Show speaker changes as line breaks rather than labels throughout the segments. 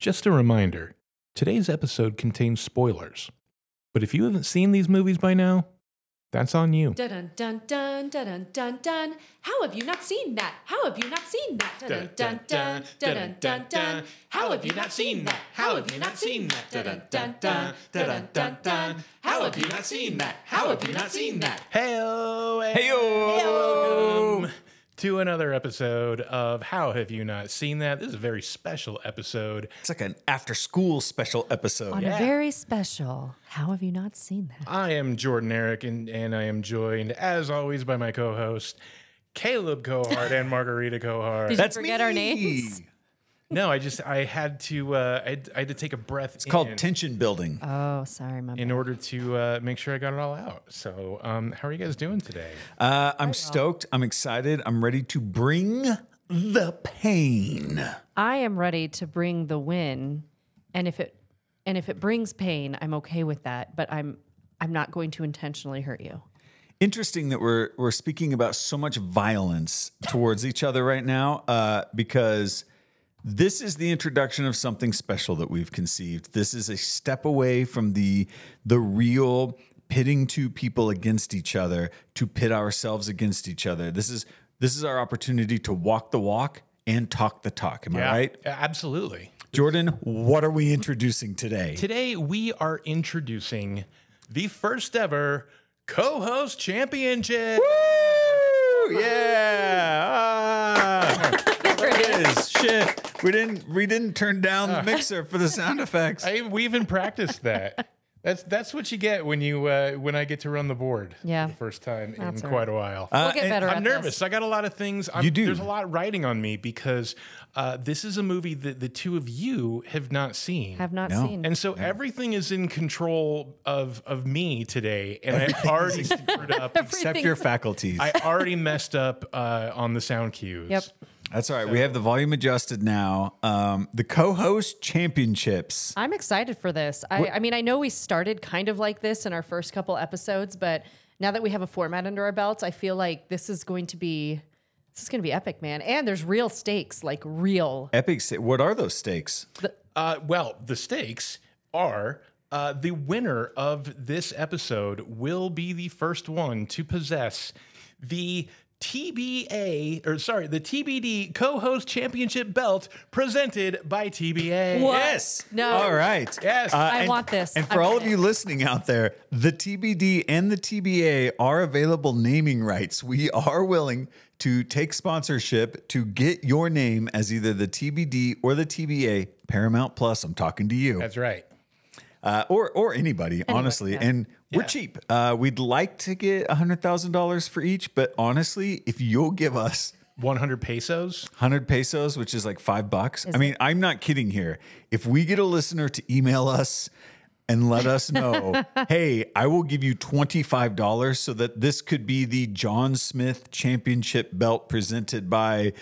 Just a reminder today's episode contains spoilers. But if you haven't seen these movies by now, that's on you.
Dun dun dun dun dun dun dun. How have you not seen that? How have you not seen that? Dun dun dun dun dun dun dun. How have you not seen that? How have you not seen that? Dun dun dun dun dun dun. How have you not seen that? How have you not seen that?
Heyo, and welcome to another episode of How Have You Not Seen That? This is a very special episode.
It's like an after school special episode.
On a very special. How have you not seen that?
I am Jordan Eric, and, and I am joined, as always, by my co host, Caleb Cohart and Margarita Cohart.
you forget our names?
No, I just, I had to, uh, I, had- I had to take a breath.
It's called tension building.
Oh, sorry, my
in
bad.
order to uh, make sure I got it all out. So, um, how are you guys doing today?
Uh, I'm stoked. I'm excited. I'm ready to bring the pain.
I am ready to bring the win, and if it and if it brings pain, I'm okay with that. But I'm I'm not going to intentionally hurt you.
Interesting that we're we're speaking about so much violence towards each other right now, uh, because this is the introduction of something special that we've conceived. This is a step away from the the real pitting two people against each other to pit ourselves against each other. This is this is our opportunity to walk the walk and talk the talk. Am I right?
A- Absolutely.
Jordan, what are we introducing today?
Today, we are introducing the first ever co host championship.
Woo! Yeah. Ah. There it is. Shit. We didn't we didn't turn down the mixer for the sound effects.
Uh. I, we even practiced that. That's that's what you get when you uh, when I get to run the board.
Yeah.
for the first time in
That's all
quite a while.
We'll get
and
better.
Uh, I'm
at
nervous.
This.
I got a lot of things. I'm,
You do.
There's a lot riding on me because uh, this is a movie that the two of you have not seen.
Have not
No.
seen.
And so everything is in control of of me today, and I've already screwed up.
Except your faculties.
I already messed up uh, on the sound cues.
Yep.
That's all right. We have the volume adjusted now. Um, the co-host championships.
Uh.
I'm excited for this. I, I mean, I know we started kind of like this in our first couple episodes, but now that we have a format under our belts, I feel like this is going to be this is going to be epic, man. And there's real stakes, like real.
Epic. sta- What are those stakes?
Uh, well, the stakes are uh, the winner of this episode will be the first one to possess the TBA or sorry, the TBD co-host championship belt presented by TBA.
Yes.
No.
All right.
Yes.
I
and-
want this.
And
I
for all
want
of you listening out there, the TBD and the TBA are available naming rights. We are willing to take sponsorship to get your name as either the TBD or the TBA. Paramount Plus, I'm talking to you,
That's right.
uh, or or anybody, honestly. And we're
Yeah.
cheap. Uh, we'd like to get hundred thousand dollars for each, but honestly, if you'll give us
100 pesos.
100 pesos, which is like five bucks. I mean, I'm not kidding here. If we get a listener to email us and let us know, hey, I will give you $25 so that this could be the John Smith Championship belt presented by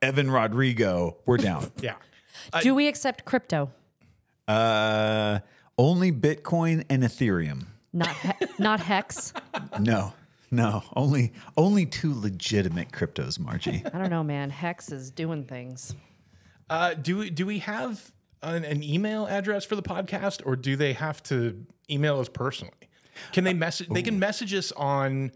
Evan Rodrigo, we're down.
Yeah.
Do we accept crypto?
uh, only Bitcoin and Ethereum.
Not he- not hex.
No, no, only only two legitimate cryptos, Margie.
I don't know, man. Hex is doing things.
Uh, do we do we have an, an email address for the podcast, or do they have to email us personally? Can they message? They can message us on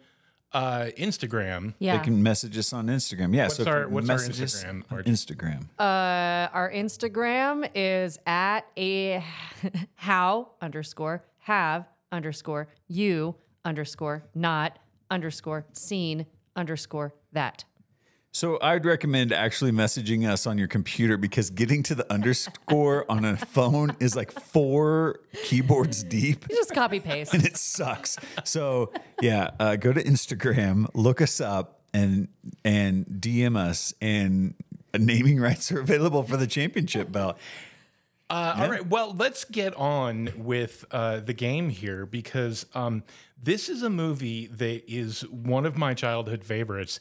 uh, Instagram.
Yeah.
They can message us on Instagram. Yeah, what's
our- what's our Instagram,
on
Margie?
Instagram.
Our Instagram is at a how underscore have underscore you underscore not underscore seen underscore that.
So I'd recommend actually messaging us on your computer because getting to the underscore on a phone is like four keyboards deep.
You just copy paste.
It sucks. So yeah, uh, go to Instagram, look us up, and and DM us. And naming rights are available for the championship belt.
Uh, All right. Well, let's get on with uh, the game here because um, this is a movie that is one of my childhood favorites.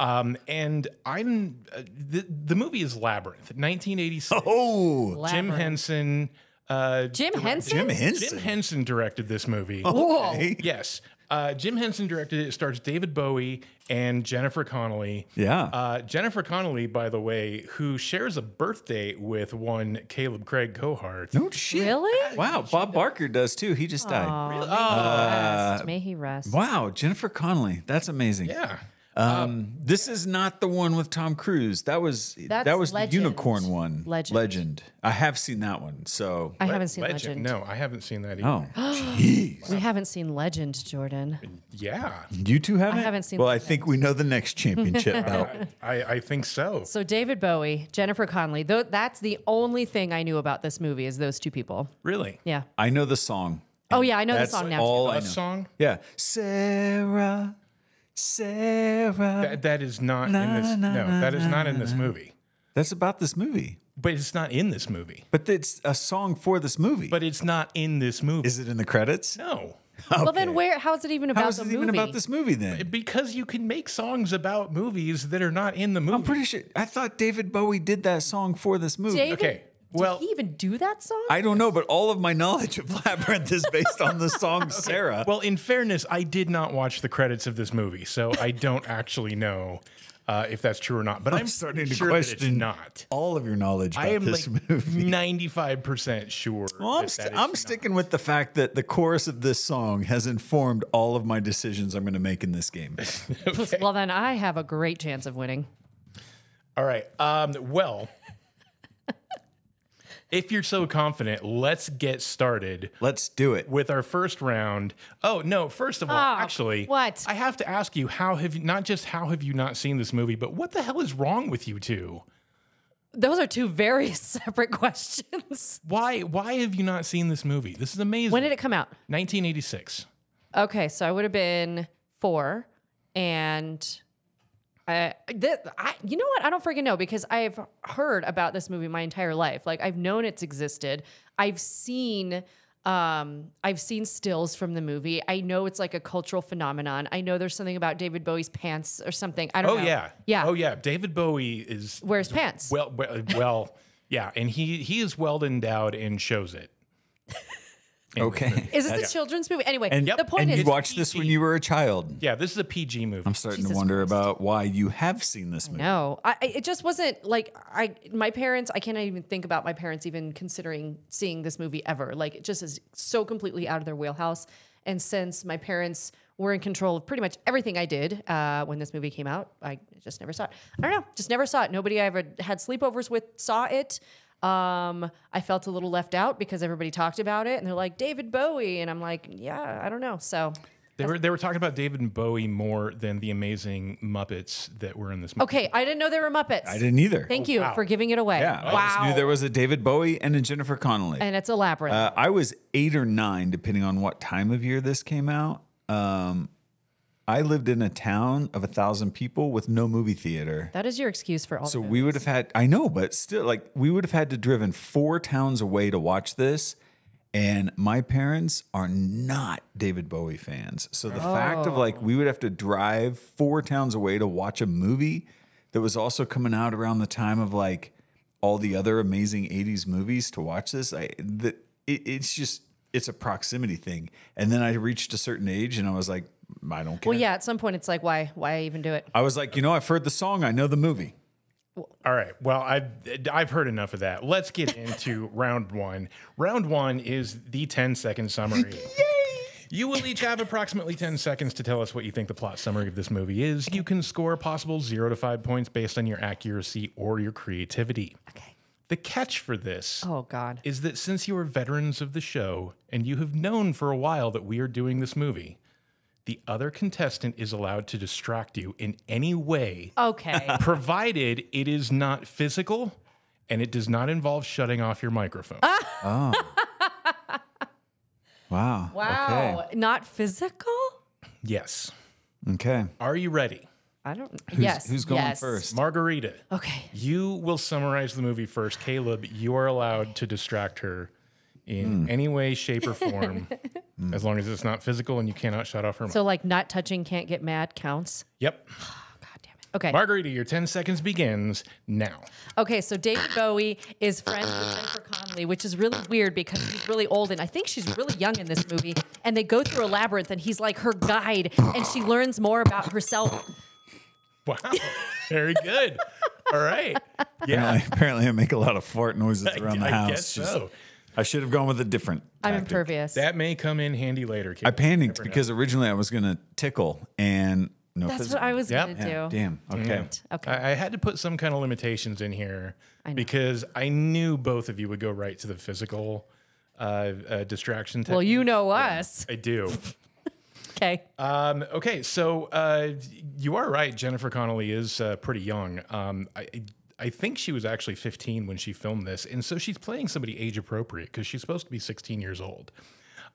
Um, and I'm uh, the, the movie is Labyrinth, 1986.
Oh,
Jim
Labyrinth.
Henson. Uh,
Jim Henson?
Jim Henson. Oh.
Jim Henson directed this movie.
Okay.
Yes. Uh, Jim Henson directed it. It stars David Bowie and Jennifer Connelly.
Yeah.
Uh, Jennifer Connelly, by the way, who shares a birthday with one Caleb Craig Cohart.
no shit.
Really?
Wow. Bob Barker does too. He just died.
Aw, may he
Oh,
Uh,
rest. May he rest.
Wow. Jennifer Connelly. That's amazing.
Yeah.
Um, this is not the one with Tom Cruise. That was
That's
that was
Legend.
the unicorn one.
Legend.
Legend. I have seen that one. So
I haven't seen Legend.
No, I haven't seen that either.
oh, jeez.
We haven't seen Legend, Jordan.
Yeah.
You two haven't?
haven't seen
Well, I
Legend.
think we know the next championship belt.
I, I think so.
So David Bowie, Jennifer Connelly. Though that's the only thing I knew about this movie is those two people.
Really?
Yeah.
I know the song.
Oh yeah, I know the
That's
song now.
all I
A
know.
song?
Yeah. Sarah, Sarah.
That, that is not in this.
Na, na,
no,
na,
that is not in this movie.
That's about this movie.
But it's not in this movie.
But it's a song for this movie.
But it's not in this movie.
is it in the credits?
no.
Well, then where? How is it even about
How is
the
it
movie?
even about this movie then?
Because you can make songs about movies that are not in the movie.
I'm pretty sure. I thought David Bowie did that song for this movie.
David,
Okay. Well,
did he even do that song?
I don't know, but all of my knowledge of Labyrinth is based on the song Sarah.
well, in fairness, I did not watch the credits of this movie, so I don't actually know uh, if that's true or not. But I'm,
starting to
sure that it's
question
not.
all of your knowledge about
I am
this
like
movie.
ninety-five percent sure.
Well,
that
I'm,
that
st-
is
I'm
not.
sticking with the fact that the chorus of this song has informed all of my decisions I'm going to make in this game.
Well, then I have a great chance of winning.
All right. Um, well, if you're so confident, let's get started
Let's do it.
with our first round. Oh no! First of all,
Oh,
actually,
what?
I have to ask you: How have you not just how have you not seen this movie, but what the hell is wrong with you two?
Those are two very separate questions.
Why why have you not seen this movie? This is amazing.
when did it come out?
1986.
Okay, so I would have been four, and I, th- I, you know what? I don't freaking know because I've heard about this movie my entire life. Like I've known it's existed. I've seen, um, I've seen stills from the movie. I know it's like a cultural phenomenon. I know there's something about David Bowie's pants or something. I don't.
Oh
know.
yeah.
yeah.
Oh yeah. David Bowie is
Wears pants.
well well, well yeah, and he he is well endowed and shows it.
Okay.
is this a children's movie? Anyway,
And,
the point
and
is,
you watched this when you were a child.
Yeah, this is a PG movie.
I'm starting to wonder about why you have seen this movie.
No, I, I- it just wasn't like I. My parents, I cannot even think about my parents even considering seeing this movie ever. Like it just is so completely out of their wheelhouse. And since my parents were in control of pretty much everything I did uh, when this movie came out, I just never saw it. I don't know, just never saw it. Nobody I ever had sleepovers with saw it. Um, I felt a little left out because everybody talked about it, and they're like David Bowie, and I'm like, yeah, I don't know. So
They were they were talking about David and Bowie more than the amazing Muppets that were in this movie.
okay, I didn't know they were Muppets.
I didn't either.
Thank you for giving it away.
Yeah. I just
wow.
knew there was a David Bowie and a Jennifer Connelly.
and it's elaborate.
Uh, I was eight or nine, depending on what time of year this came out. Um, I lived in a town of a thousand people with no movie theater.
That is your excuse for all.
So
of it.
we would have had, I know, but still, like, we would have had to driven four towns away to watch this. And my parents are not David Bowie fans. So the fact of like, we would have to drive four towns away to watch a movie that was also coming out around the time of like all the other amazing 80s movies to watch this. I, the, it, it's just, it's a proximity thing. And then I reached a certain age and I was like, I don't care.
Well, Oh, yeah. At some point, it's like, why? Why even do it?
I was like, you know, I've heard the song, I know the movie.
All right. Well, I've I've heard enough of that. Let's get into round one. Round one is the 10 second summary. You will each have approximately 10 seconds to tell us what you think the plot summary of this movie is. You can score a possible zero to five points based on your accuracy or your creativity.
Okay.
The catch for this
Oh God.
is that since you are veterans of the show and you have known for a while that we are doing this movie, the other contestant is allowed to distract you in any way
Okay.
provided it is not physical and it does not involve shutting off your microphone.
Wow.
wow. Not physical.
Yes.
Okay. okay.
Are you ready?
I don't. yes.
who's going
yes.
first?
Margarita,
Okay.
you will summarize the movie first. Caleb, you are allowed to distract her in any way, shape, or form, as long as it's not physical and you cannot shut off her mic.
So like, not touching can't get mad counts.
yep.
God damn it. Okay.
Margarita, your 10 seconds begins now.
Okay, so David Bowie is friends with Jennifer Connelly, which is really weird because he's really old and I think she's really young in this movie. And they go through a labyrinth and he's like her guide and she learns more about herself.
Wow. Very good. All right. Yeah.
Apparently, apparently I make a lot of fart noises around the
I
house.
guess
Just-
so.
I should have gone with a different.
I'm
tactic.
impervious.
That may come in handy later. Kate.
I panicked because originally I was gonna tickle and no.
That's
physical-
what I was
Yep.
going to
Yeah,
do.
Damn. Okay.
Okay.
I, I had to put some kind of limitations in here
know.
because I knew both of you would go right to the physical uh, uh, distraction.
well,
technique.
you know us.
I do.
Okay.
Uh,
Um, okay, so uh, you are right. Jennifer Connelly is uh, pretty young. Um, I, I think she was actually 15 when she filmed this, and so she's playing somebody age appropriate because she's supposed to be 16 years old.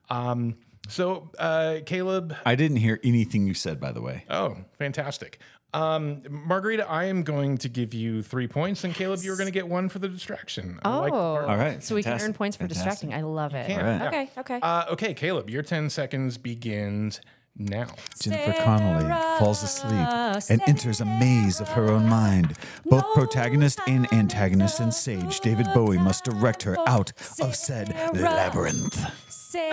Um, so uh, Caleb,
I didn't hear anything you said, by the way.
oh, fantastic. Um, Margarita, I am going to give you three points, and Caleb, you're going to get one for the distraction. I
Oh,
like the part-
All right,
So we can
fantastic,
earn points for
fantastic.
distracting. I love it.
right.
Okay. Okay.
Uh, okay, Caleb, your 10 seconds begins now.
Jennifer Connelly falls asleep and enters a maze of her own mind. Both protagonist and antagonist and sage David Bowie must direct her out of said labyrinth.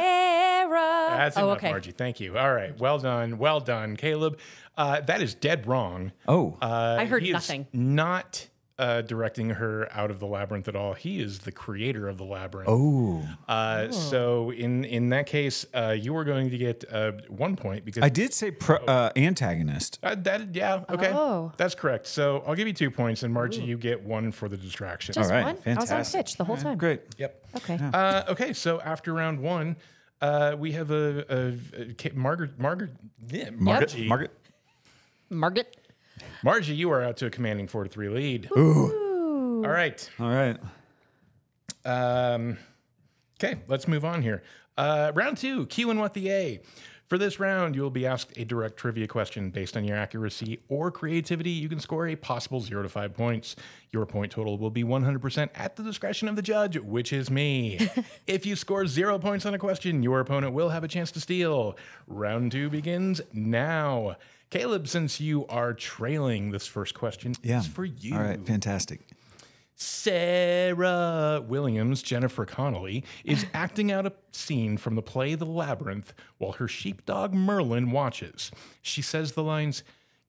Sarah.
That's
oh,
enough,
okay.
Margie. Thank you. All right. Well done. Well done, Caleb. Uh, that is dead wrong.
Oh,
Uh,
I heard
he is
nothing.
not uh, directing her out of the labyrinth at all. He is the creator of the labyrinth.
Oh. ooh.
Uh, so in in that case, uh, you were going to get uh, one point because
I did say pro, uh, antagonist.
Uh, that yeah okay
Oh.
that's correct. So I'll give you two points, and Margie, you get one for the distraction.
Just
All right,
one. I was on
fantastic.
pitch the whole time.
Great.
Yep.
Okay.
Uh, okay, so after round one, uh, we have a, a, a Ca- Margaret, Margaret, yeah,
Margaret.
Margie.
Margaret.
Margaret.
Margie, you are out to a commanding four to three lead. All right.
All right.
Um, okay, let's move on here. Uh, round two, Q and what the A. For this round, you will be asked a direct trivia question based on your accuracy or creativity. You can score a possible zero to five points. Your point total will be 100% at the discretion of the judge, which is me. if you score zero points on a question, your opponent will have a chance to steal. Round two begins now. Caleb, since you are trailing this first question,
Yeah.
is for you.
All right. Fantastic.
Sarah Williams, Jennifer Connolly, is acting out a scene from the play The Labyrinth while her sheepdog Merlin watches. She says the lines,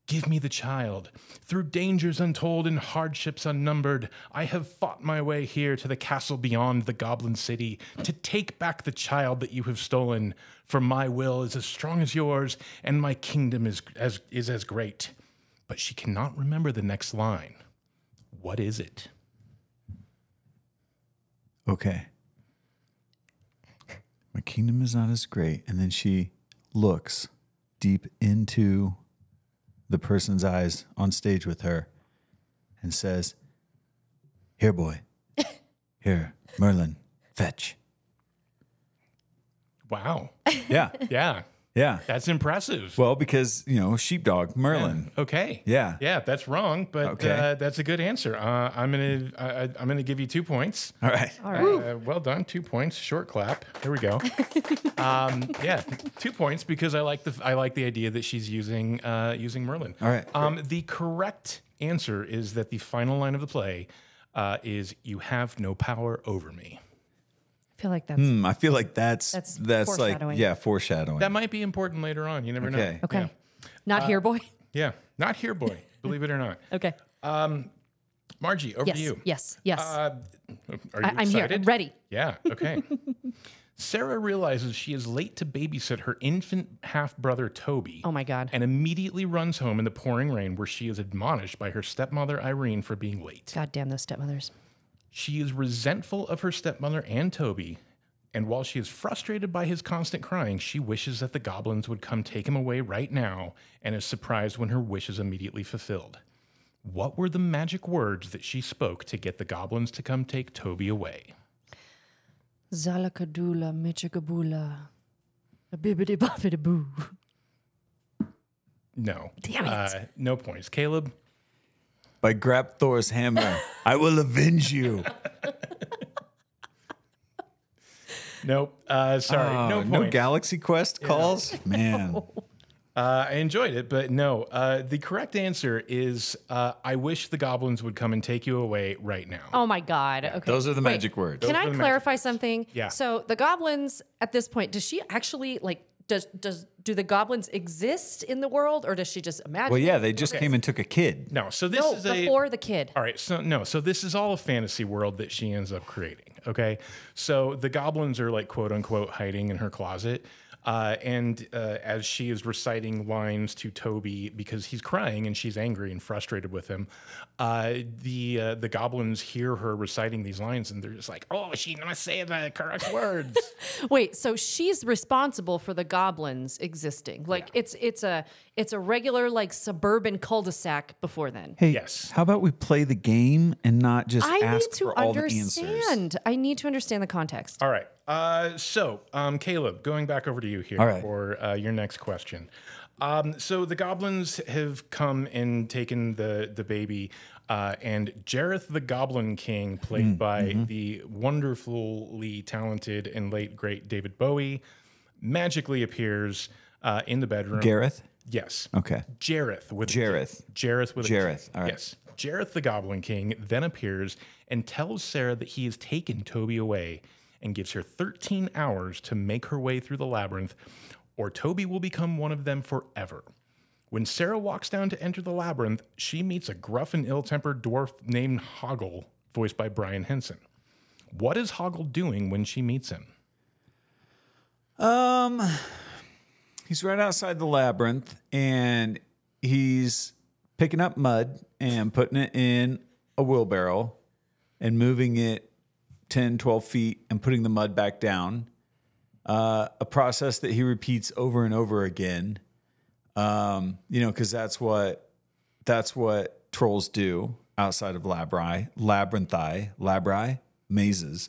Give me the child. Through dangers untold and hardships unnumbered, I have fought my way here to the castle beyond the Goblin City to take back the child that you have stolen. For my will is as strong as yours, and my kingdom is as, is as great. But she cannot remember the next line. What is it?
Okay. My kingdom is not as great. And then she looks deep into the person's eyes on stage with her and says, Here, boy. Here, Merlin, fetch.
Wow.
Yeah.
Yeah.
Yeah.
That's impressive.
Well, because, you know, sheepdog, Merlin.
okay.
Yeah.
Yeah, that's wrong, but
Okay.
uh, that's a good answer. Uh, I'm gonna I, I- I'm gonna give you two points.
All right.
All right.
Uh, well done, two points. Short clap. Here we go. um, yeah, two points because I like the I like the idea that she's using uh, using Merlin.
All right.
Um, the correct answer is that the final line of the play uh, is "You have no power over me."
I feel like that's
Mm.
Hmm, I feel like that's
That's
that's, like
foreshadowing.
yeah foreshadowing.
That might be important later on. You never
Okay.
know.
okay. Not here, boy.
Yeah. yeah. Not here, boy. Believe it or not.
Okay.
Margie, over
Yes.
to you.
Yes. Yes.
Uh, are you
I- I'm here.
excited?
I'm ready.
Yeah. Okay. Sarah realizes she is late to babysit her infant half brother Toby.
Oh my God.
And immediately runs home in the pouring rain, where she is admonished by her stepmother Irene for being late.
God damn those stepmothers.
She is resentful of her stepmother and Toby, and while she is frustrated by his constant crying, she wishes that the goblins would come take him away right now and is surprised when her wish is immediately fulfilled. What were the magic words that she spoke to get the goblins to come take Toby away?
Zalakadula, Michigabula, bibbidi bobbidi boo.
No.
Damn it.
Uh, no points. Caleb,
By grab Thor's hammer, I will avenge you.
nope. Uh, sorry.
Oh,
Uh, no points.
Uh, Galaxy Quest calls, man.
Uh, I enjoyed it, but no. Uh, the correct answer is uh, I wish the goblins would come and take you away right now.
Oh my God. Okay.
Those are the
Wait,
magic words.
Can
Those
I
are the magic
clarify something?
Yeah.
So the goblins at this point, does she actually like? Does does do the goblins exist in the world, or does she just imagine?
Well, yeah, they just came and took a kid.
No, so this
No,
is a
before the kid.
All right, so no, so this is all a fantasy world that she ends up creating. Okay, so the goblins are like quote unquote hiding in her closet, uh, and uh, as she is reciting lines to Toby because he's crying and she's angry and frustrated with him, uh, the uh, the goblins hear her reciting these lines and they're just like, "Oh, she's gonna say the correct words."
Wait, so she's responsible for the goblins existing. Like it's it's a it's a regular like suburban cul-de-sac before then.
Hey,
Yes.
How about we play the game and not just
I
ask
need to
for all the answers?
understand. I need to understand the context.
All right. Uh, so, um, Caleb, going back over to you here
All right.
for uh, your next question. Um, so the goblins have come and taken the the baby, uh, and Jareth the Goblin King, played
Mm,
by
mm-hmm.
the wonderfully talented and late great David Bowie, magically appears uh, in the bedroom.
Gareth.
yes.
Okay.
Jareth with a J.
Jareth.
Jareth with
Jareth,
A J.
all right.
Yes. Jareth the Goblin King then appears and tells Sarah that he has taken Toby away and gives her 13 hours to make her way through the labyrinth, or Toby will become one of them forever. When Sarah walks down to enter the labyrinth, she meets a gruff and ill tempered dwarf named Hoggle, voiced by Brian Henson. What is Hoggle doing when she meets him?
Um, he's right outside the labyrinth, and he's picking up mud and putting it in a wheelbarrow and moving it 10, 12 feet and putting the mud back down. Uh, a process that he repeats over and over again. Um, you know, because that's what that's what trolls do outside of labri, labyrinthi, labri, mazes.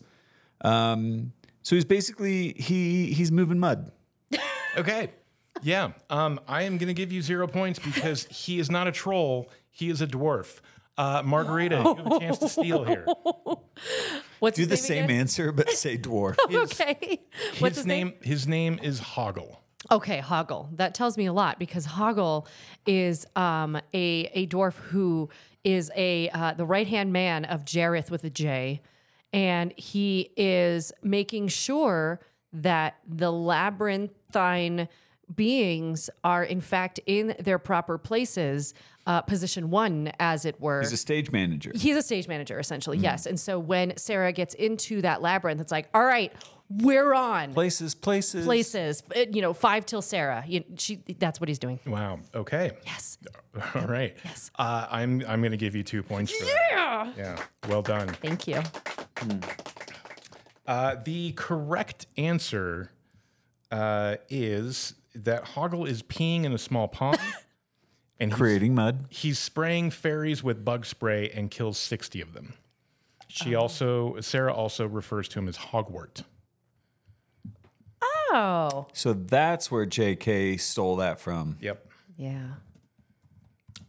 Um, so he's basically he he's moving mud.
Okay. Yeah. Um, I am going to give you zero points because he is not a troll. He is a dwarf. Uh, Margarita, you have a chance to steal here.
What's
Do
his
the
name
same
again?
answer, but say dwarf.
Okay. What's
his name? His name is Hoggle.
Okay, Hoggle. That tells me a lot because Hoggle is um, a a dwarf who is a uh, the right hand man of Jareth with a J, and he is making sure that the labyrinthine beings are in fact in their proper places, uh, position one, as it were.
He's a Mm-hmm. stage manager.
He's a stage manager, essentially, yes. And so when Sarah gets into that labyrinth, it's like, all right, we're on
Places, places.
places. uh, You know, five till Sarah. You, she, that's what he's doing.
Wow. Okay.
Yes.
All right. Yes. Uh, I'm I'm going to give you two points for that.
Yeah.
Yeah. Well done.
Thank you.
Uh, the correct answer uh, is that Hoggle is peeing in a small pond, and he's
Creating mud.
he's spraying fairies with bug spray and kills 60 of them. She also, Sarah also refers to him as Hogwart.
Oh.
So that's where JK stole that from.
Yep.
Yeah.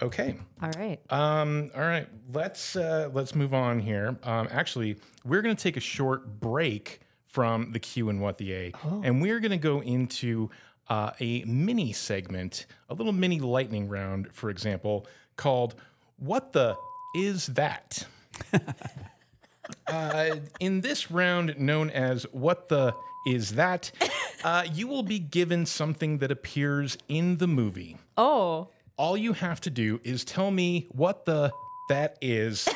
Okay.
All right.
Uh,
Um, all right. Let's uh, let's move on here. Um, actually, we're going to take a short break from the Q and what the A, and we're going to go into uh, a mini segment, a little mini lightning round, for example, called "What the is that?" Uh, in this round, known as What the Is That, uh, you will be given something that appears in the movie.
Oh.
All you have to do is tell me what the that is,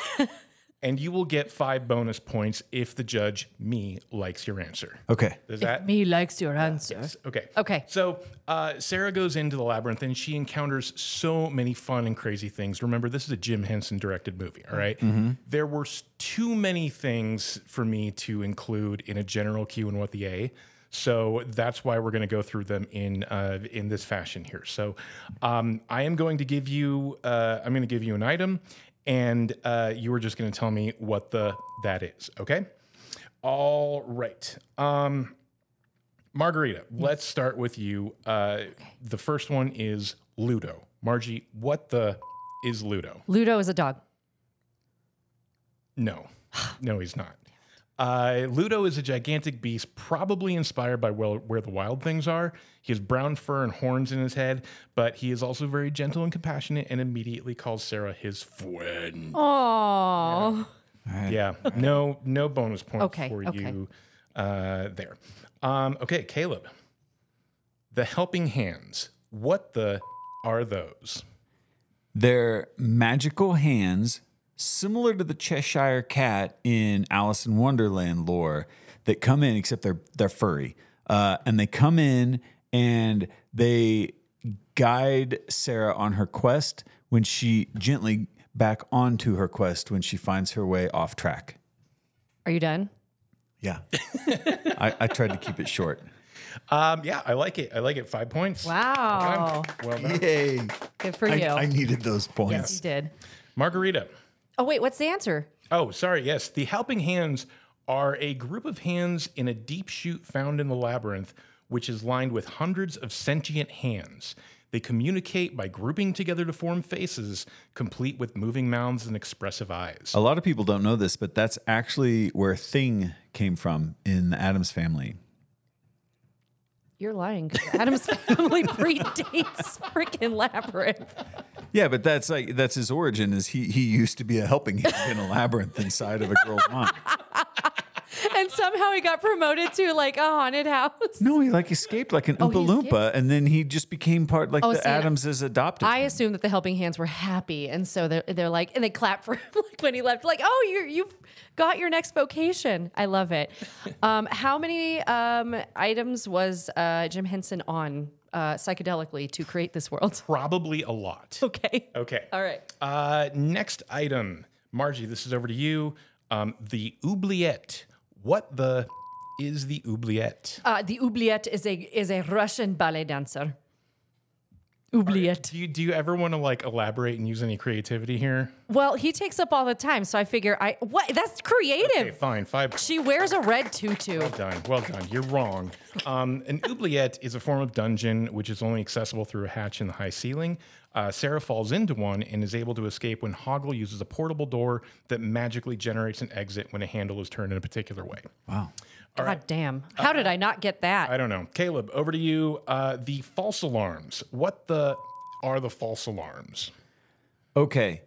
and you will get five bonus points if the judge, me, likes your answer.
Okay.
Does that?
Me likes your answer.
Okay.
Okay.
So uh, Sarah goes into the labyrinth and she encounters so many fun and crazy things. Remember, this is a Jim Henson directed movie, all right? There were s- too many things for me to include in a general Q and what the A. So that's why we're going to go through them in uh, in this fashion here. So um, I am going to give you uh, I'm going to give you an item, and uh, you are just going to tell me what the that is. Okay. All right. Um, Margarita, let's start with you. Uh, The first one is Ludo. Margie, what the is Ludo?
Ludo is a dog.
No, no, he's not. Uh, Ludo is a gigantic beast, probably inspired by well, where the wild things are. He has brown fur and horns in his head, but he is also very gentle and compassionate and immediately calls Sarah his friend.
Oh,
Yeah, no, no bonus points
Okay,
for
okay.
you uh, there. Um, okay, Caleb. The helping hands. What the are those?
They're magical hands, similar to the Cheshire Cat in Alice in Wonderland lore, that come in, except they're they're furry, uh, and they come in and they guide Sarah on her quest when she gently back onto her quest when she finds her way off track.
are you done?
Yeah, I, I tried to keep it short.
Um, yeah, I like it. I like it. Five points.
Wow,
Okay, Well done.
Yay!
good for you.
I, I needed those points.
you did.
Margarita.
Oh wait, what's the answer?
Oh, sorry. Yes, the helping hands are a group of hands in a deep chute found in the labyrinth, which is lined with hundreds of sentient hands. They communicate by grouping together to form faces, complete with moving mouths and expressive eyes.
A lot of people don't know this, but that's actually where Thing came from in the Adams family.
You're lying. 'cause Adam's family predates freaking labyrinth.
Yeah, but that's like that's his origin. Is he he used to be a helping hand in a labyrinth inside of a girl's mind?
And somehow he got promoted to like a haunted house.
No, he like escaped like an
Oh, he Oh,
Oompa Loompa, and then he just became part like the
see, and
Adamses adopted.
I
him.
assume that the helping hands were happy, and so they're, they're like, and they clap for him like when he left, like, oh, you you've got your next vocation. I love it. um, how many um, items was uh, Jim Henson on uh, psychedelically to create this world?
Probably a lot.
Okay.
Okay.
All right.
Uh, next item, Margie. This is over to you. Um, the oubliette. What the is the oubliette?
Uh, the oubliette is a is a Russian ballet dancer. Oubliette.
Do you do you ever want to like elaborate and use any creativity here?
Well, he takes up all the time, so I figure I what that's creative.
Okay, fine. Five. points.
She wears a red tutu.
done. Well done. You're wrong. Um, an oubliette is a form of dungeon which is only accessible through a hatch in the high ceiling. Uh, Sarah falls into one and is able to escape when Hoggle uses a portable door that magically generates an exit when a handle is turned in a particular way.
wow.
God damn! How did I not get that?
Uh, I don't know. Caleb, over to you. Uh, the false alarms. What the are the false alarms?
Okay.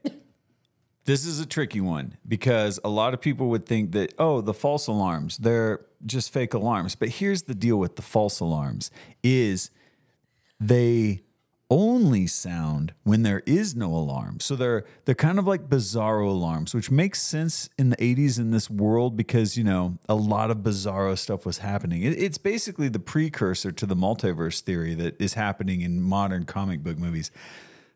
this is a tricky one because a lot of people would think that, oh, the false alarms, they're just fake alarms. But here's the deal with the false alarms is they only sound when there is no alarm. So they're they're kind of like bizarro alarms, which makes sense in the 80s in this world because, you know, a lot of bizarro stuff was happening. It- it's basically the precursor to the multiverse theory that is happening in modern comic book movies.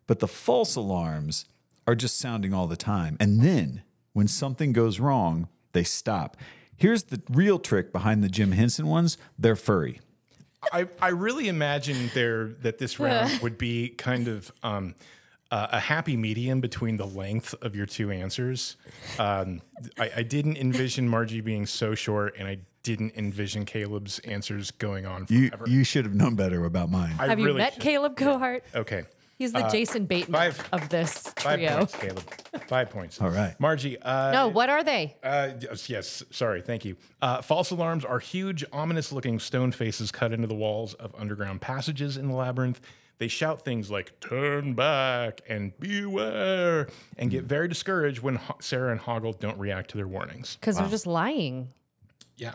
But the false alarms are just sounding all the time. And then when something goes wrong, they stop. Here's the real trick behind the Jim Henson ones they're furry.
I, I really imagine there that this round would be kind of um, uh, a happy medium between the length of your two answers. Um, I, I didn't envision Margie being so short, and I didn't envision Caleb's answers going on
You,
forever.
you should have known better about mine.
I
Have you
really
met
should-
Caleb Cohart?
Okay.
He's the Jason Bateman
Uh, five-
of this
Five
trio.
points, Caleb. Five points. All
right.
Margie. Uh,
No, what are they?
Uh, yes, yes, sorry, thank you. Uh, false alarms are huge, ominous looking stone faces cut into the walls of underground passages in the labyrinth. They shout things like, turn back and beware, and get very discouraged when Ho- Sarah and Hoggle don't react to their warnings.
Because they're just lying.
Yeah.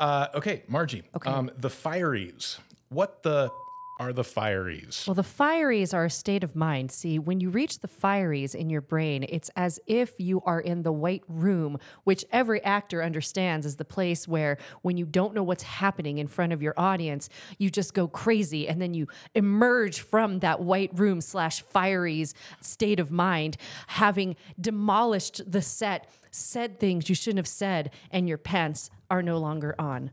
Uh, okay, Margie.
Okay.
Um, the fireys. What the are the fireys?
Well, the fireys are a state of mind. See, when you reach the fireys in your brain, it's as if you are in the white room, which every actor understands is the place where, when you don't know what's happening in front of your audience, you just go crazy and then you emerge from that white room slash fireys state of mind, having demolished the set, said things you shouldn't have said, and your pants are no longer on.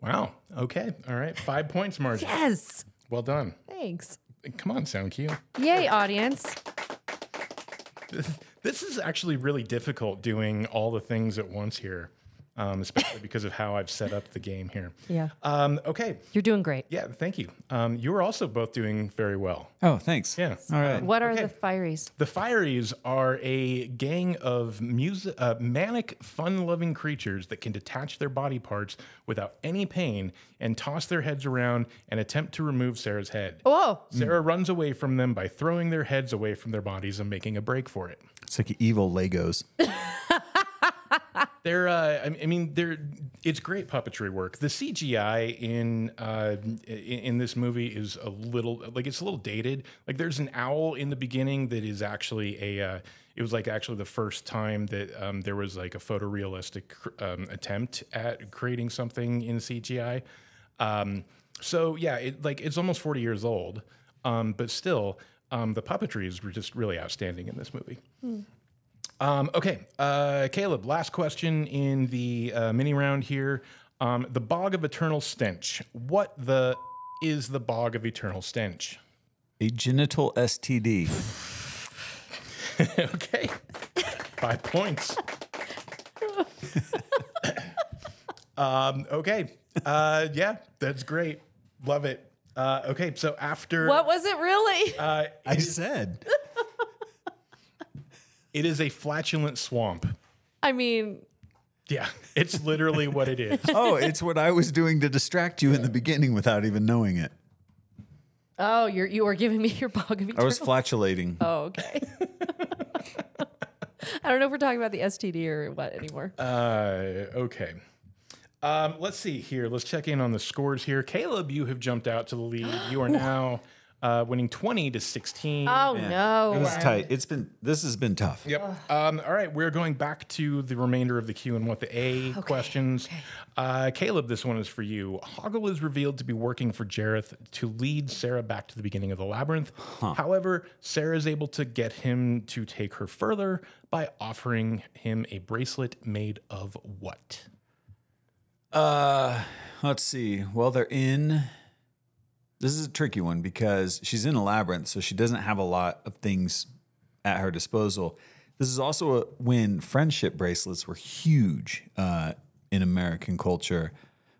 Wow. Okay. All right. Five points, Margie.
Yes.
Well done.
Thanks.
Come on, sound cue.
Yay, audience.
This is actually really difficult doing all the things at once here. um, especially because of how I've set up the game here.
Yeah.
Um, okay.
You're doing great.
Yeah, thank you. Um, you are also both doing very well.
Oh, thanks.
Yeah.
All right.
What are
Okay.
the firies?
The Fieries are a gang of music, uh, manic, fun loving creatures that can detach their body parts without any pain and toss their heads around and attempt to remove Sarah's head.
Whoa.
Sarah runs away from them by throwing their heads away from their bodies and making a break for it.
It's like evil Legos.
They're, uh, I I mean, they're, it's great puppetry work. The CGI in uh, in- in this movie is a little like it's a little dated. Like there's an owl in the beginning that is actually a. Uh, it was like actually the first time that um, there was like a photorealistic um, attempt at creating something in CGI. Um, so yeah, it, like it's almost 40 years old, um, but still, um, the puppetry is just really outstanding in this movie. Um, okay, uh, Caleb. Last question in the uh, mini round here. Um, the bog of eternal stench. What the is the bog of eternal stench?
A genital STD.
okay, five points. um, okay, uh, yeah, that's great. Love it. Uh, okay, so after
What was it really?
Uh,
I said.
it is a flatulent swamp.
I mean,
Yeah, it's literally what it is.
Oh, it's what I was doing to distract you in the beginning without even knowing it.
oh, you're you are giving me your bog of
I was
eternal-
flatulating.
Oh, okay. I don't know if we're talking about the STD or what anymore.
Uh, okay. Um, let's see here. Let's check in on the scores here. Caleb, you have jumped out to the lead. You are now uh, winning 20 to 16.
oh no.
This is tight. It's been this has been tough.
Yep. Um, all right, we're going back to the remainder of the Q and what the A questions. Uh, Caleb, this one is for you. Hoggle is revealed to be working for Jareth to lead Sarah back to the beginning of the labyrinth. However, Sarah is able to get him to take her further by offering him a bracelet made of what?
Uh, let's see. Well, they're in. This is a tricky one because she's in a labyrinth, so she doesn't have a lot of things at her disposal. This is also a, when friendship bracelets were huge uh, in American culture.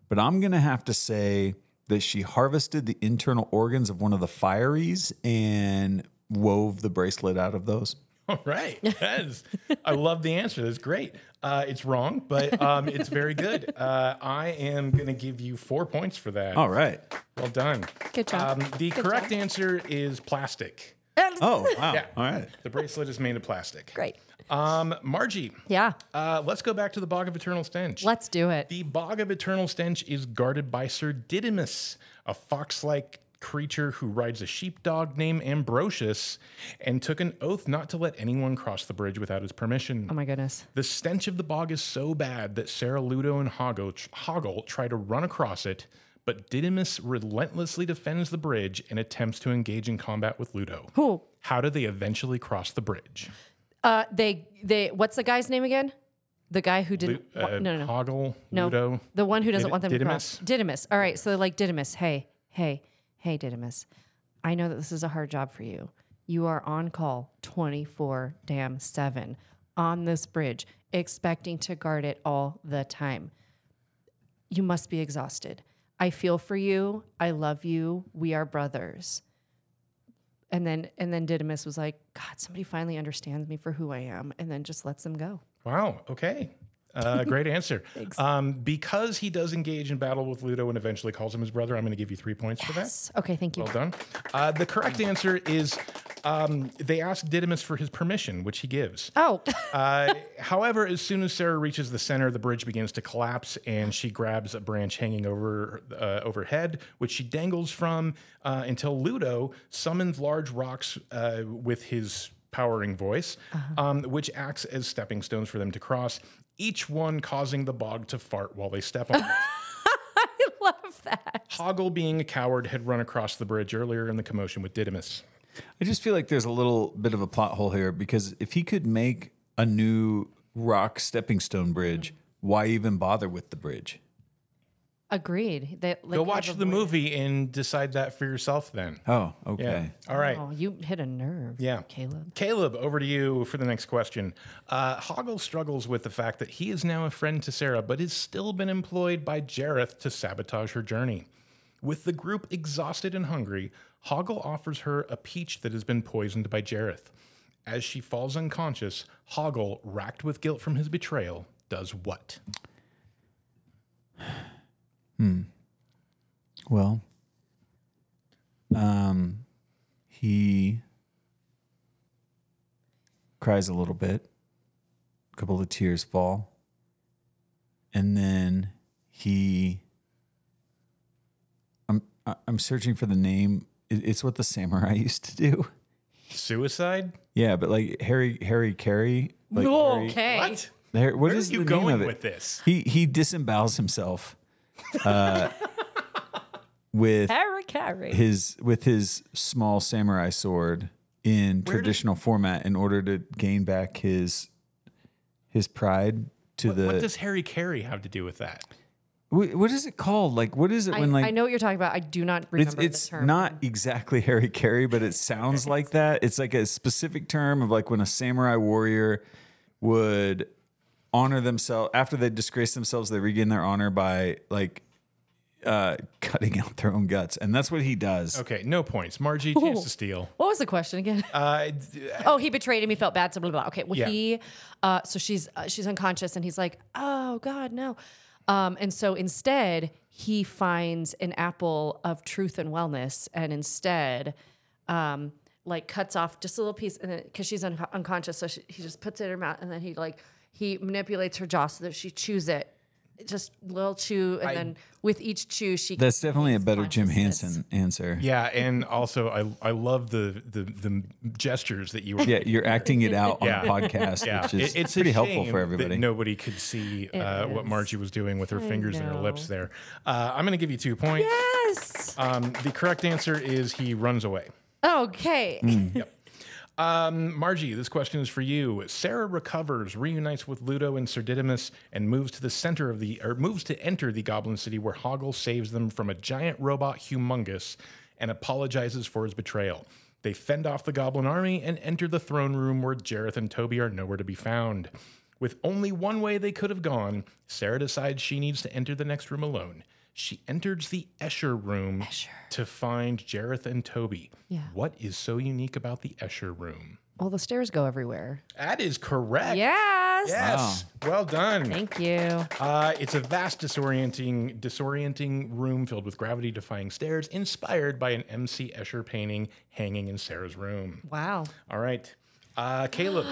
But I'm going to have to say that she harvested the internal organs of one of the fieries and wove the bracelet out of those.
All right. Yes. I love the answer. That's great. Uh, it's wrong, but um, it's very good. Uh, I am going to give you four points for that.
All right.
Well done.
Good job.
Um, the correct answer is plastic.
Oh, wow.
Yeah.
All right.
The bracelet is made of plastic.
Great.
Um, Margie,
Yeah.
uh, let's go back to the Bog of Eternal Stench.
Let's do it.
The Bog of Eternal Stench is guarded by Sir Didymus, a fox like creature who rides a sheepdog named Ambrosius and took an oath not to let anyone cross the bridge without his permission.
Oh my goodness.
The stench of the bog is so bad that Sarah Ludo and Hoggle, Hoggle try to run across it, but Didymus relentlessly defends the bridge and attempts to engage in combat with Ludo.
Who?
How do they eventually cross the bridge?
Uh, they they. What's the guy's name again? The guy who didn't. wa-
Uh,
no, no, no.
Hoggle,
No.
Ludo.
The one who doesn't
Did-
want them to
Didymus?
cross. Didymus. All right. So they're like, Didymus, hey, hey, hey, Didymus. I know that this is a hard job for you. You are on call 24 damn 7 on this bridge, expecting to guard it all the time. You must be exhausted. I feel for you. I love you. We are brothers. And then and then Didymus was like, God, somebody finally understands me for who I am, and then just lets them go.
Wow. Okay. Uh, great answer. Um, because he does engage in battle with Ludo and eventually calls him his brother, I'm going to give you three points for that.
S- Okay, thank you.
Well done. Uh, the correct answer is um, they ask Didymus for his permission, which he gives.
Oh,
Uh, however, as soon as Sarah reaches the center, the bridge begins to collapse, and she grabs a branch hanging over uh, overhead, which she dangles from uh, until Ludo summons large rocks uh, with his powering voice,
Uh-huh.
um, which acts as stepping stones for them to cross. Each one causing the bog to fart while they step on it.
I love that.
Hoggle, being a coward, had run across the bridge earlier in the commotion with Didymus.
I just feel like there's a little bit of a plot hole here because if he could make a new rock stepping stone bridge, why even bother with the bridge?
Agreed. That like,
Go
have
watch
a
the
voice-
movie and decide that for yourself then.
Oh,
Yeah.
okay.
All right.
Oh, you hit a nerve.
Yeah.
Caleb.
Caleb, over to you for the next question. Uh, Hoggle struggles with the fact that he is now a friend to Sarah, but has still been employed by Jareth to sabotage her journey. With the group exhausted and hungry, Hoggle offers her a peach that has been poisoned by Jareth. As she falls unconscious, Hoggle, racked with guilt from his betrayal, does what?
Well, um, he cries a little bit, a couple of tears fall, and then he. I'm I- I'm searching for the name. It- It's what the samurai used to do.
Suicide?
Yeah, but like Harry Harry Carey. Like Harry-
okay.
What?
Har- what
Where
is
are you
the name
going
of it?
with this?
He he disembowels himself uh, with
Harry Carey.
his with his small samurai sword in traditional format in order to gain back his his pride to the
What does Harry Carey have to do with that?
Wh- what is it called like what is it
I,
when like
I know what you're talking about. I do not
it's
remember
it's
the term.
not exactly Harry Carey but it sounds like that it's like a specific term of like when a samurai warrior would honor themselves after they disgrace themselves they regain their honor by like uh cutting out their own guts and that's what he does
Okay, no points. Margie, chance
Ooh.
to steal.
What was the question again?
Uh,
oh, he betrayed him. He felt bad. So blah blah. blah. Okay. Well,
Yeah.
he. Uh, so she's uh, she's unconscious, and he's like, "Oh God, no." Um, and so instead, he finds an apple of truth and wellness, and instead, um, like cuts off just a little piece, and then because she's un- unconscious, so she, he just puts it in her mouth, and then he like he manipulates her jaw so that she chews it, just little chew, and then with each chew, she
That's definitely a better Jim
consciousness.
Hansen answer. Yeah.
Yeah, and also I I love the the, the gestures that you were.
you're acting it out on
Yeah.
a podcast,
Yeah,
which is
it- it's a
pretty helpful
shame
for everybody.
That nobody could see uh, what
is.
Margie was doing with her fingers and her lips
know.
there. Uh, I'm going to give you two points.
Yes.
Um, the correct answer is he runs away.
Okay.
Um, Margie, this question is for you. Sarah recovers, reunites with Ludo and Sir Didymus, and moves to the center of the or moves to enter the Goblin City, where Hoggle saves them from a giant robot, humongous, and apologizes for his betrayal. They fend off the Goblin army and enter the throne room, where Jareth and Toby are nowhere to be found. With only one way they could have gone, Sarah decides she needs to enter the next room alone. She enters the Escher room to find Jareth and Toby.
Yeah.
What is so unique about the Escher room?
Well, the stairs go everywhere.
That is correct.
Yes.
Yes. Well done.
Thank you.
Uh, it's a vast, disorienting, disorienting room filled with gravity-defying stairs, inspired by an M.C. Escher painting hanging in Sarah's room.
Wow.
All right, uh, Caleb.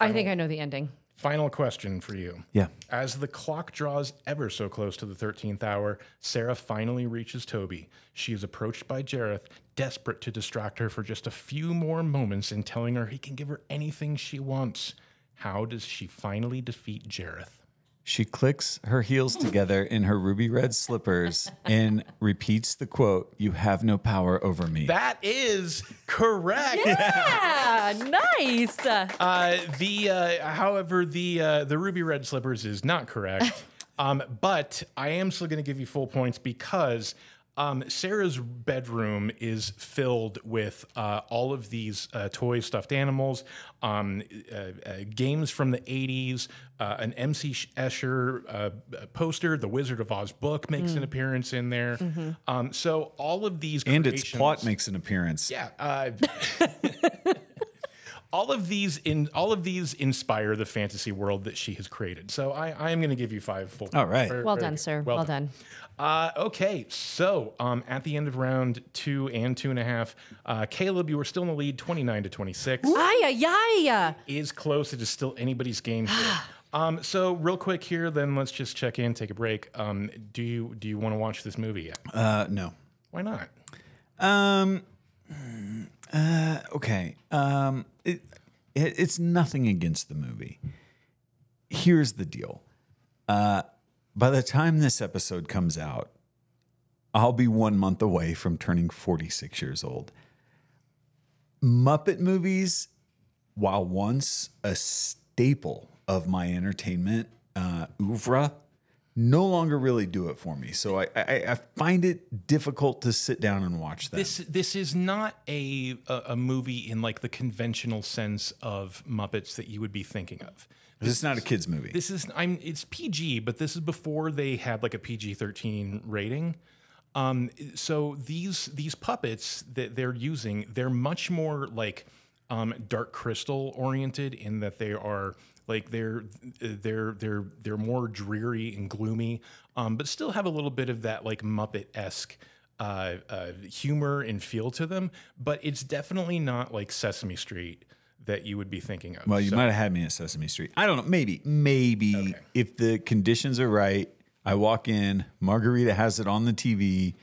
I think I know the ending.
final question for you.
yeah.
As the clock draws ever so close to the 13th hour, Sarah finally reaches Toby. She is approached by Jareth, desperate to distract her for just a few more moments and telling her he can give her anything she wants. How does she finally defeat Jareth?
She clicks her heels together in her ruby red slippers and repeats the quote, You have no power over me.
That is correct.
Ah,
Yeah, nice.
Uh, the uh, however, the uh, the ruby red slippers is not correct. um, but I am still going to give you full points because um, Sarah's bedroom is filled with uh, all of these uh, toy stuffed animals, um, uh, uh, games from the '80s, uh, an MC Escher uh, poster, the Wizard of Oz book makes an appearance in there. Um, so all of these
and its plot
creations-
makes an appearance.
yeah. Uh, all of these in all of these inspire the fantasy world that she has created. So I, I am going to give you five full.
All right.
for-
Well
for-
done, sir. Well, done.
Uh, okay, so um, at the end of round two and two and a half, uh, Caleb, you are still in the lead, twenty nine to twenty six.
Aya, yaya.
Is close. It is still anybody's game. Here.
Ah.
Um, so real quick here, then let's just check in, take a break. Um, do you do you want to watch this movie yet?
Uh, no.
Why not?
Um, uh, okay. Um, it, it, it's nothing against the movie. Here's the deal. Uh, by the time this episode comes out, I'll be one month away from turning 46 years old. Muppet movies, while once a staple of my entertainment uh, oeuvre, no longer really do it for me. So I, I, I find it difficult to sit down and watch that.
This this is not a, a a movie in like the conventional sense of Muppets that you would be thinking of.
this is not a kids movie.
This is I'm it's PG, but this is before they had like a PG-13 rating. Um, so these these puppets that they're using, they're much more like um, dark crystal oriented in that they are like they're they're they're they're more dreary and gloomy, um, but still have a little bit of that like Muppet esque. Uh, uh, humor and feel to them, but it's definitely not like Sesame Street that you would be thinking of.
well, you
So-
might have had me at Sesame Street. I don't know. Maybe, maybe if the conditions are right, I walk in. Margarita has it on the TV.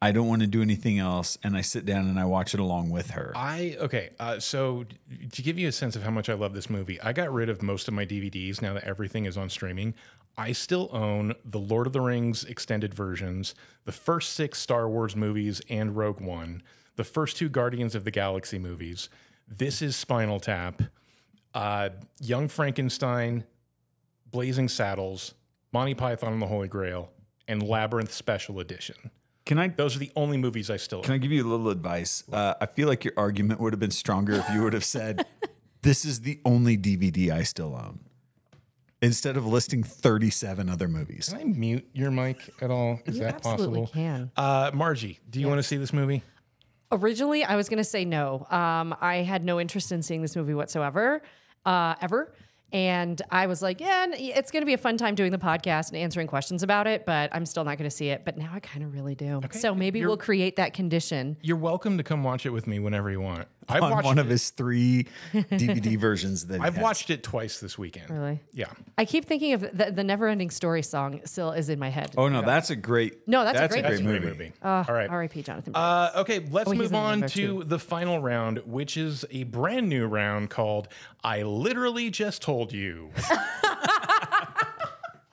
I don't want to do anything else, and I sit down and I watch it along with her.
I okay. Uh, so d- to give you a sense of how much I love this movie, I got rid of most of my DVDs now that everything is on streaming. I still own the Lord of the Rings extended versions, the first six Star Wars movies and Rogue One, the first two Guardians of the Galaxy movies. This is Spinal Tap, uh, Young Frankenstein, Blazing Saddles, Monty Python and the Holy Grail, and Labyrinth Special Edition.
Can I
Those are the only movies I still.
Can I give you a little advice? Uh, I feel like your argument would have been stronger if you would have said, "This is the only DVD I still own," instead of listing 37 other movies.
Can I mute your mic at all? Is
You
that
absolutely
possible?
can.
Uh, Margie, do you want to see this movie?
Originally, I was going to say no. Um, I had no interest in seeing this movie whatsoever, uh, ever. And I was like, yeah, n- it's going to be a fun time doing the podcast and answering questions about it, but I'm still not going to see it. But now I kind of really do. so maybe we'll create that condition.
You're welcome to come watch it with me whenever you want. I've
On
watched
one
it,
of his three DVD versions that he
I've
has.
watched it twice this weekend.
Really?
Yeah.
I keep thinking of the, the never ending story song still is in my head.
Oh no, that's a great.
No, that's a great
That's a great movie. all right.
R.I.P. Jonathan.
Uh, okay, let's
Ah, Oh, he's
move
in
on
number
to
two.
the final round, which is a brand new round called I Literally Just Told You.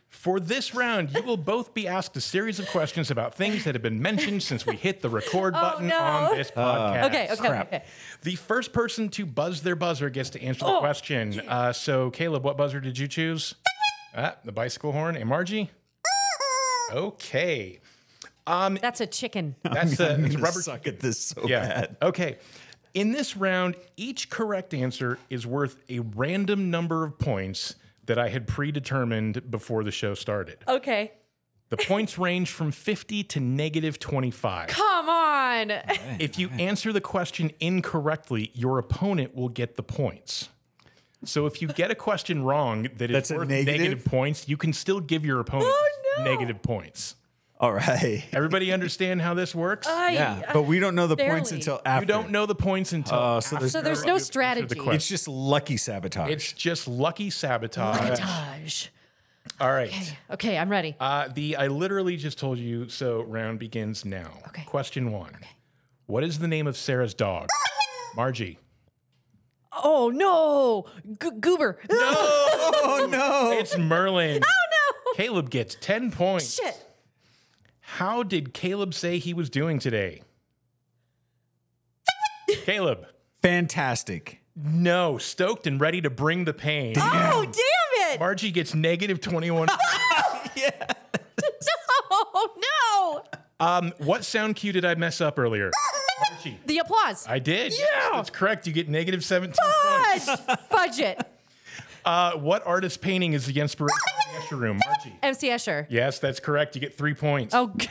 For this round, you will both be asked a series of questions about things that have been mentioned since we hit the record button
Oh, no.
on this podcast.
okay, okay,
crap.
okay.
The first person to buzz their buzzer gets to answer the question. Uh, so, Caleb, what buzzer did you choose? Ah, the bicycle horn. And Margie? Okay.
That's a chicken.
That's the
I'm gonna
rubber.
suck at this so
Yeah.
bad.
Okay. In this round, each correct answer is worth a random number of points that I had predetermined before the show started.
Okay.
The points range from 50 to negative 25.
Come on.
If you answer the question incorrectly, your opponent will get the points. So if you get a question wrong that is
That's a
worth
negative?
negative points, you can still give your opponent
Oh, no.
negative points.
All right.
Everybody understand how this works?
I-
Yeah, but we don't know the points
barely.
until after.
you don't know the points until
Oh, so there's,
so there's no strategy.
question.
it's just lucky sabotage.
it's just lucky sabotage.
Sabotage.
All right.
Okay, I'm ready.
Uh, the I literally just told you so round begins now.
Okay.
Question one. What is the name of Sarah's dog? Margie.
oh no, G- goober.
oh no!
It's Merlin. oh no. Caleb gets 10 points.
Shit.
How did Caleb say he was doing today? Caleb,
Fantastic.
no, stoked and ready to bring the pain.
Oh damn it.
Margie gets negative 21.
Oh no.
um, what sound cue did I mess up earlier? Margie.
The applause.
I did. Yeah. that's correct. You get negative 17 points.
Fudge. Fudge it.
Uh, what artist painting is the inspiration for the Escher Room? Margie.
MC Escher.
Yes, that's correct. You get three points.
Oh g-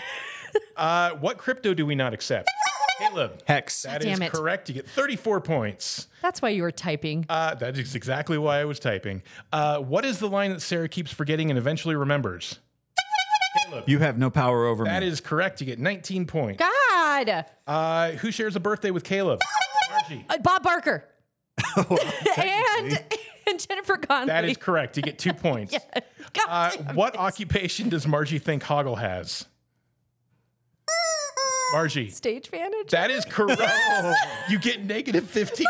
Uh, what crypto do we not accept? Caleb.
Hex.
That is
Damn it.
correct. You get 34 points.
that's why you were typing.
Uh, that is exactly why I was typing. Uh, what is the line that Sarah keeps forgetting and eventually remembers?
You have no power over
That
me.
is correct. You get 19 points.
God. Uh,
Uh, who shares a birthday with Caleb? Margie.
Bob Barker. and and Jennifer Connelly.
That is correct. You get two points.
God
Uh,
damn
what
it.
occupation does Margie think Hoggle has? Margie.
stage manager?
That is correct. You get negative 15.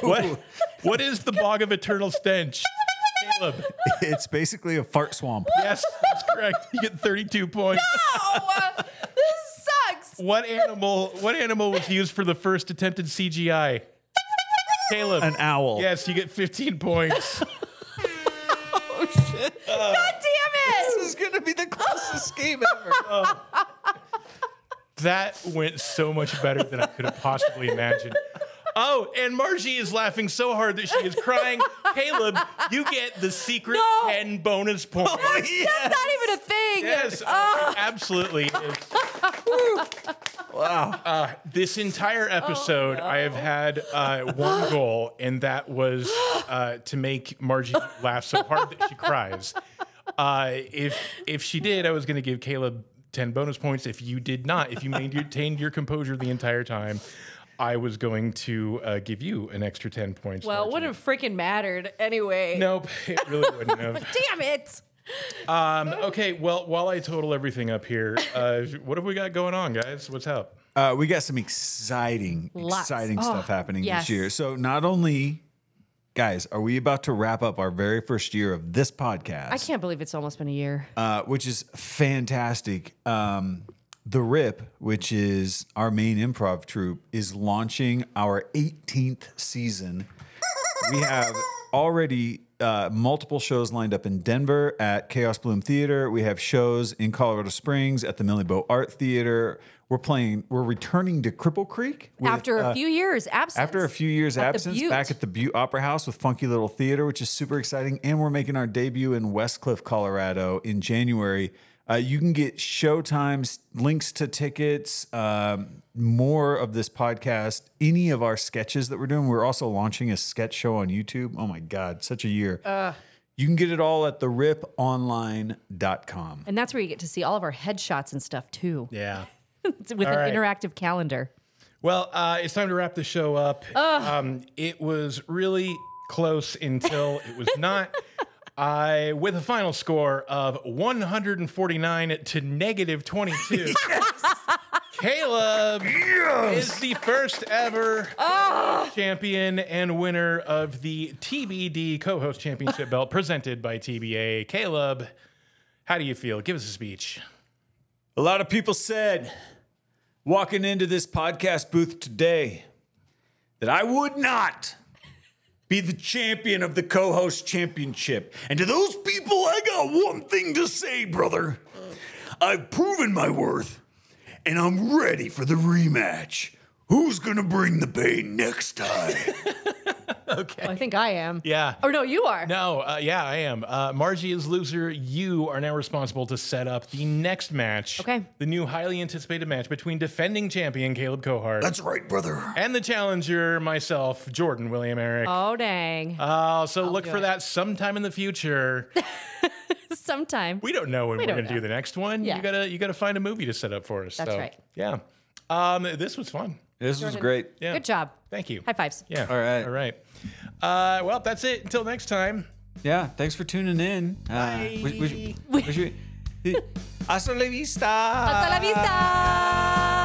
what, what is the bog of eternal stench? Caleb.
it's basically a fart swamp.
Yes, that's correct. You get 32 points.
Oh, uh, this sucks.
What animal what animal was used for the first attempted CGI? Caleb.
An owl.
Yes, you get 15 points.
God damn it!
This is going to be the closest game ever.
that went so much better than I could have possibly imagined. Oh, and Margie is laughing so hard that she is crying. Caleb, you get the secret
No.
10 bonus points.
Oh,
That's not even a thing.
Yes, uh, absolutely. it is.
Wow.
Uh, this entire episode, I have had uh, one goal, and that was uh, to make Margie laugh so hard that she cries. Uh, if if she did, I was going to give Caleb ten bonus points. If you did not, if you maintained your composure the entire time, I was going to uh, give you an extra ten points.
Well, it
Margie.
wouldn't have freaking mattered anyway.
Nope, it really wouldn't have.
Damn it!
Um, okay, well, while I total everything up here, uh, what have we got going on, guys? What's up?
Uh, we got some exciting,
Lots.
exciting
Oh,
stuff happening
yes.
this year. So not only, guys, are we about to wrap up our very first year of this podcast?
I can't believe it's almost been a year.
uh, which is fantastic. Um, the Rip, which is our main improv troupe, is launching our 18th season. We have already uh, multiple shows lined up in Denver at Chaos Bloom Theater. We have shows in Colorado Springs at the Millie Bow Art Theater. We're playing. We're returning to Cripple Creek with-
after
uh,
a few years absence.
after a few years
At the
absence,
Butte.
back at the Butte Opera House with Funky Little Theater, which is super exciting. And we're making our debut in Westcliff, Colorado in January. Uh, you can get show times, links to tickets, um, more of this podcast, any of our sketches that we're doing. We're also launching a sketch show on YouTube. Oh my God, such a year. you can get it all at theriponline.com.
and that's where you get to see all of our headshots and stuff too,
Yeah.
It's with an
right.
interactive calendar.
Well, uh, it's time to wrap the show up. Um, it was really close until it was not. I with a final score of 149 to negative 22. Caleb is the first ever champion and winner of the TBD co-host championship belt presented by TBA. Caleb, how do you feel? Give us a speech.
A lot of people said walking into this podcast booth today that I would not be the champion of the co host championship. And to those people, I got one thing to say, brother. I've proven my worth, and I'm ready for the rematch. Who's gonna bring the pain next time?
I think I am.
Yeah.
Or no, you are.
No, uh, yeah, I am. Uh, Margie is loser. You are now responsible to set up the next match.
Okay.
The new highly anticipated match between defending champion Caleb Cohart
That's right, brother.
and the challenger, myself, Jordan William Eric.
Oh dang!
Uh, so look
do
for
it.
that sometime in the future.
Sometime.
We don't know when we are
don't
going to do
know.
the next one.
Yeah.
You gotta you gotta find a movie to set up for us.
That's
so,
right.
Yeah. Um, this was fun.
This was great.
Yeah.
Good job.
Thank you.
High fives.
Yeah.
All right.
All right. Uh, well, that's it. Until next time.
Yeah, thanks for tuning in. Uh, wish- wish- wish you- Hasta la vista.
Hasta la
Uh,
vista.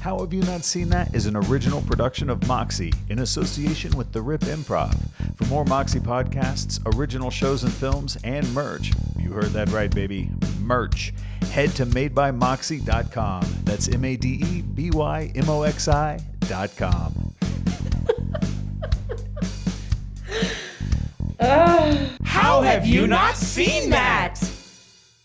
How Have You Not Seen That is an original production of Moxie in association with The Rip Improv. For more Moxie podcasts, original shows and films, and merch, you heard that right, baby, merch, head to madebymoxie.com. That's M A D E B Y M O X I.com.
How
have you not
seen that?